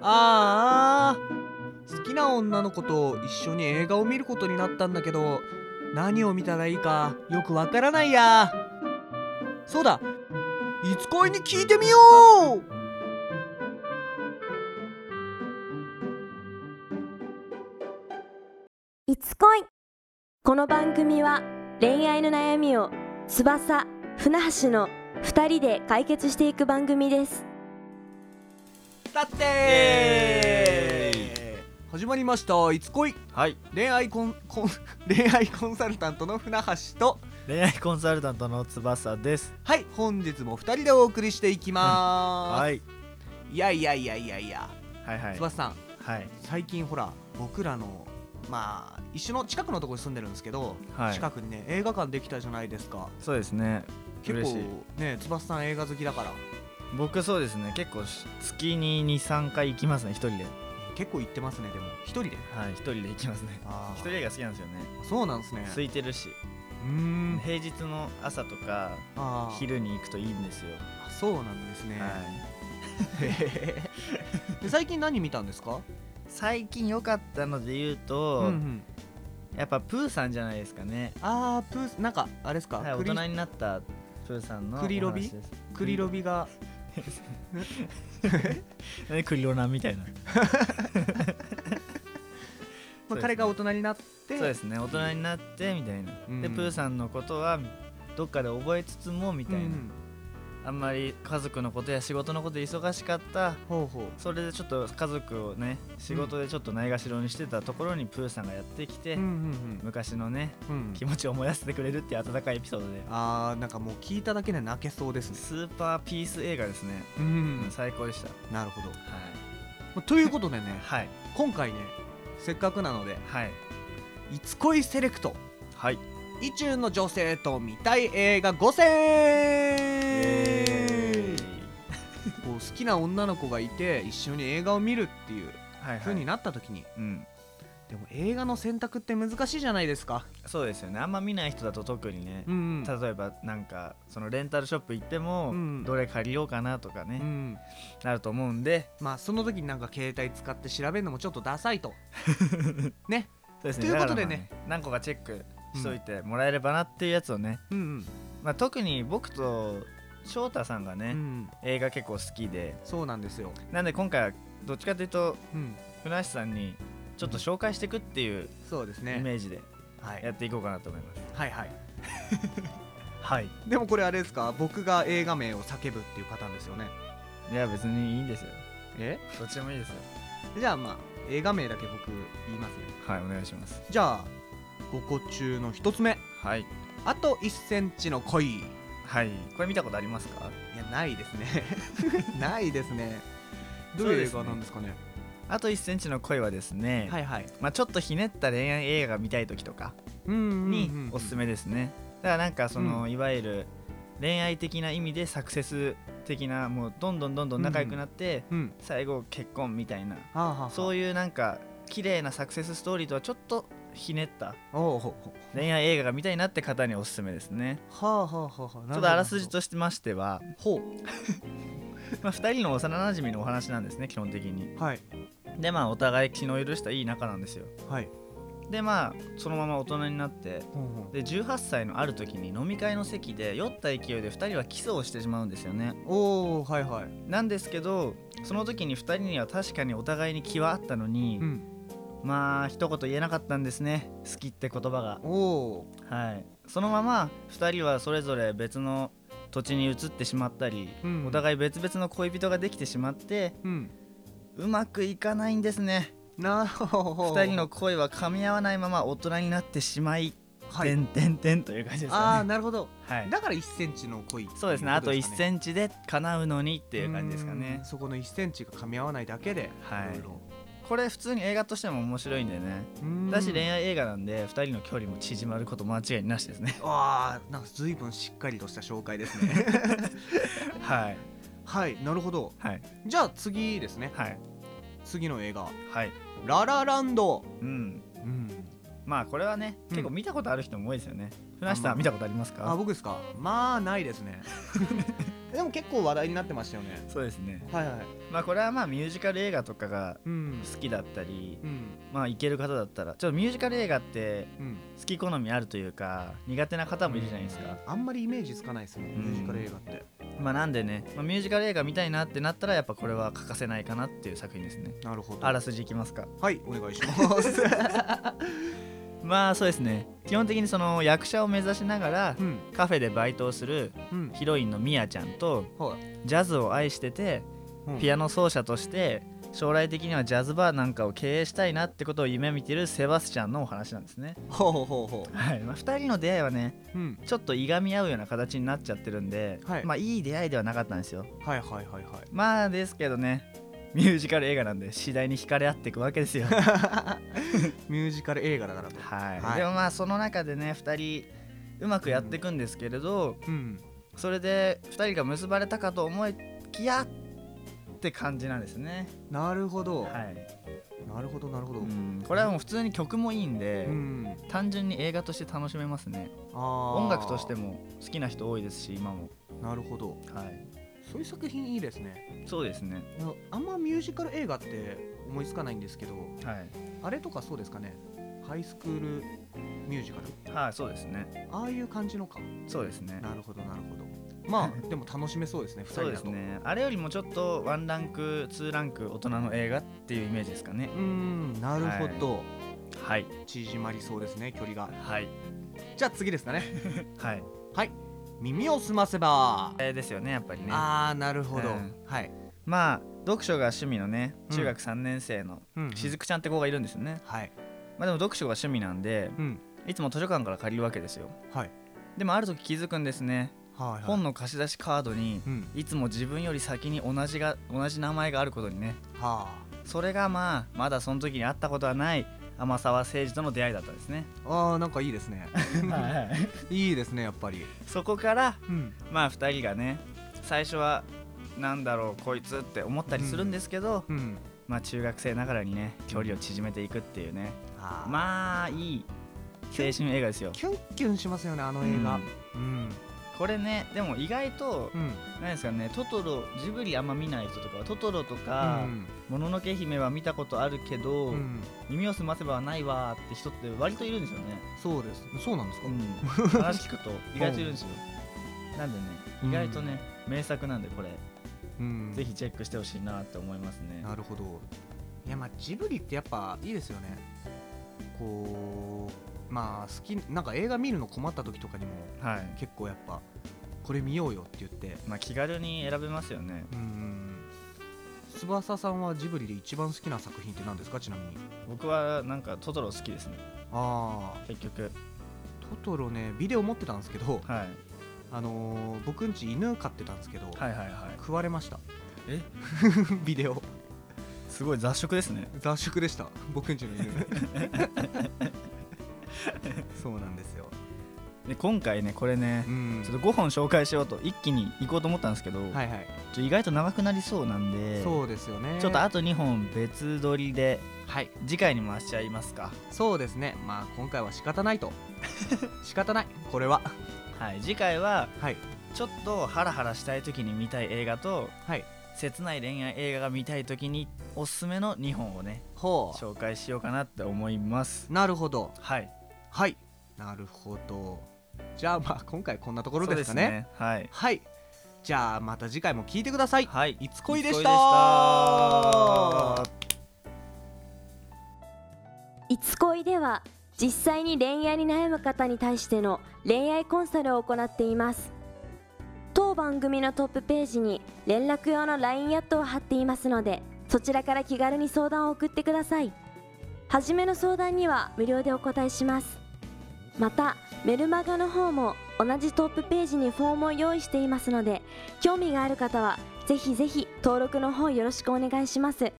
ああ好きな女の子と一緒に映画を見ることになったんだけど何を見たらいいかよくわからないやそうだいつ恋に聞いてみよういつ恋この番組は恋愛の悩みを翼船橋の2人で解決していく番組ですだってエ始まりました「いつ恋はい」恋愛コンコン 恋愛コンサルタントの船橋と恋愛コンサルタントの翼ですはい本日も2人でお送りしていきます、はいい、やいやいやいやいや、はいはい翼さんはい最近ほら僕らのまあ一緒の近くのところに住んでるんですけど、はい近くにね映画館できたじゃないですかそうですね結嬉構しいね翼さん映画好きだから僕そうですね結構し月に23回行きますね一人で結構行ってますねでも一人ではい一人で行きますねあ一人映画好きなんですよねあそうなんですね空いてるし、うーん平日の朝とかあー昼に行くといいんですよあそうなんですね、はいで最近何見たんですか最近良かったので言ううと、んうんやっぱプーさんじゃないですかねあープーなんかあれですか、はい大クリ人になったプーさんのクリロビお話ですクリロビが何クリロナみたいなまそうですあ、ね彼が大人になってそうですね大人になってみたいな、うんでプーさんのことはどっかで覚えつつもみたいな、うんあんまり家族のことや仕事のことで忙しかったほうほうそれでちょっと家族をね仕事でちょっとないがしろにしてたところにプーさんがやってきて、うんうん昔のねうんうん気持ちを燃やしてくれるっていう温かいエピソードであーなんかもう聞いただけで泣けそうですねスーパーピース映画ですね、うん最高でしたなるほど、まはあということでねい今回ねせっかくなのではい「いつ恋セレクトはい、意中の女性と見たい映画5選」えこう好きな女の子がいて一緒に映画を見るっていうはいは風にいなった時に、うんでも映画の選択って難しいじゃないですかそうですよねあんま見ない人だと特にね、んうん例えばなんかそのレンタルショップ行っても、うんどれ借りようかなとかうね、んなると思うんでまあその時になんか携帯使って調べるのもちょっとダサ いとねそうですということでだからまあね何個かチェックしといてもらえればなっていうやつをね、うんうん、まあ、特に僕と翔太さんがうね、ん、映画結構好きでそうなんですよ、なんで今回はどっちかというとうん、船橋さんにちょっと紹介していくっていうそうですイねメージではいやっていこうかなと思います、はいはいはいでもこれあれですか僕が映画名を叫ぶっていうパターンですよねいや別にいいんですよえどっちでもいいですよじゃあまあ映画名だけ僕言いますねはいお願いしますじゃあ5個中の1つ目はいあと1センチの恋いはいこれ見たことありますかやないですね ないですねどそういううで映すね画なんですかねあと1センチの恋はですね、はいはいまあ、ちょっとひねった恋愛映画見たい時とかうんうんにうんおすすめですね、だからなんかその、ういわゆる恋愛的な意味でサクセス的なもうどんどんどんどん仲良くなって、うん最後結婚みたいなはあはあはあそういうなんか綺麗なサクセスストーリーとはちょっとひねったおうほうほ恋愛映画が見たいなって方におすすめですねうはあはあはあはあちょっとあらすじとしましては、ほ まあ、2人の幼なじみのお話なんですね基本的にうはいでまあお互い気の許したいい仲なんですよはいでまあそのまま大人になってほうほうで18歳のある時に飲み会の席で酔った勢いで2人はキスをしてしまうんですよねおおはいはいなんですけどその時に2人には確かにお互いに気はあったのに、うんまあ一言言えなかったんですね好きって言葉がおおはいそのまま2人はそれぞれ別の土地に移ってしまったり、うんお互い別々の恋人ができてしまってうんうまくいかないんですねなるほど2人の恋は噛み合わないまま大人になってしまい、はいてんてんてんという感じですああかねなるほどはいだから1センチの恋そうですねあと1ンチっセンチで叶うのにってていう感じですかねそこの1センチが噛み合わないだけではいいろこれ普通に映画としても面白いんでねいろだし恋愛映画なんで2人の距離も縮まること間違いなし ですねああなんか随分しっかりとした紹介ですね はいはいなるほどはいじゃあ次ですねはい次の映画はい「ララランドうん」うんまあこれはねうん結構見たことある人も多いですよね、船あ橋まさあん見たことありますか あ僕ですかまあないですねでも結構話題になってましたよねそうですねはいはいまあこれはまあミュージカル映画とかがうん好きだったりうんまあいける方だったらちょっとミュージカル映画ってうん好き好みあるというか苦手な方もいるじゃないですか、あんまりイメージつかないですもん、うんミュージカル映画ってまあなんでね、まあ、ミュージカル映画見たいなってなったらやっぱこれは欠かせないかなっていう作品ですねなるほどあらすじいきますかはいお願いします まあそうですね基本的にその役者を目指しながらうんカフェでバイトをするうんヒロインのミヤちゃんとはいジャズを愛しててピアアノ奏者として将来的にはジャズバーなんかを経営したいなってことを夢見てるセバスチャンのお話なんですね、ほうほうほうほはいまあ、2人の出会いはねううんちょっといがみ合うような形になっちゃってるんで、はいまあいい出会いではなかったんですよはいはいはいはいまあですけどねミュージカル映画なんで次第に惹かれ合っていくわけ ですよはい、ミュージカル映画だからとはいでもまあその中でね2人うまくやっていくんですけれど、うんそれで2人が結ばれたかと思いきやって感じなんですねなるほど、はい、なるほどなるほどうんこれはもう普通に曲もいいんで、うん単純に映画として楽しめますねあー音楽としても好きな人多いですし今もなるほどはいそういう作品いいですねそうですねなあんまミュージカル映画って思いつかないんですけどはいあれとかそうですかねハイスクールミュージカルはいそうですねああいう感じのかそうですねなるほどなるほどま あでも楽しめそうですね2人そうでだすとねあれよりもちょっとワンランクツーランク大人の映画っていうイメージですかねうーんなるほど、はい縮まりそうですね距離がはいじゃあ次ですかねはいはい 耳をすませば、えーですよねやっぱりねああなるほど、うんはい、まあ読書が趣味のねうん中学3年生のうんしずくちゃんって子がいるんですよね、はいまあでも読書が趣味なんでうんいつも図書館から借りるわけですよはいでもある時気づくんですねはいはい本の貸し出しカードにうんいつも自分より先に同じが同じ名前があることにねはそれがまあまだその時に会ったことはない天沢誠治との出会いだった んですねああーなんかいいです ねいいですねやっぱりそこからうんまあ2人がね最初はなんだろうこいつって思ったりするんですけど、うんまあ中学生ながらにね距離を縮めていくっていうねあーまあいい青春映画ですよキュンキュンしますよねあの映画うんこれねでも意外とうん何ですかねトトロジブリあんま見ない人とかはトトロとうかん「もののけ姫」は見たことあるけど、うん耳を澄ませばはないわーって人って割といるんですよね、そうですそうなんですか話聞く と意外といるんですよなんでねうん意外とね、名作なんでこれ、うんぜひチェックしてほしいなって思いますねなるほどいやまあジブリってやっぱいいですよねこうまあ好きなんか映画見るの困った時とかにもはい結構やっぱこれ見ようよって言ってまあ気軽に選べますよねうん翼さんはジブリで一番好きな作品って何ですかちなみに僕はなんかトトロ好きですねああ結局トトロねビデオ持ってたんですけど、はいあのー僕んち犬飼ってたんですけど、はいはいはい食われましたえ ビデオすごい雑食ですね雑食でした僕んちの犬 そうなんですよで今回ねこれねうんちょっと5本紹介しようと一気に行こうと思ったんですけど、はいはい、ちょ意外と長くなりそうなんでそうですよねちょっとあと2本別撮りではい次回に回しちゃいますかそうですねまあ今回は仕方 ないと仕方ないこれははい次回ははいちょっとハラハラしたい時に見たい映画とはい切ない恋愛映画が見たい時におすすめの2本をねほ紹介しようかなって思いますうなるほどはいはいなるほどじゃあまあ今回こんなところそうでですすかねねはいはいじゃあまた次回も聞いてくださいはいいつこいでしたいつこいでしたいつ恋では実際に恋愛に悩む方に対しての恋愛コンサルを行っています当番組のトップページに連絡用の LINE アットを貼っていますのでそちらから気軽に相談を送ってください初めの相談には無料でお答えしますまたメルマガの方も同じトップページにフォームを用意していますので興味がある方はぜひぜひ登録の方よろしくお願いします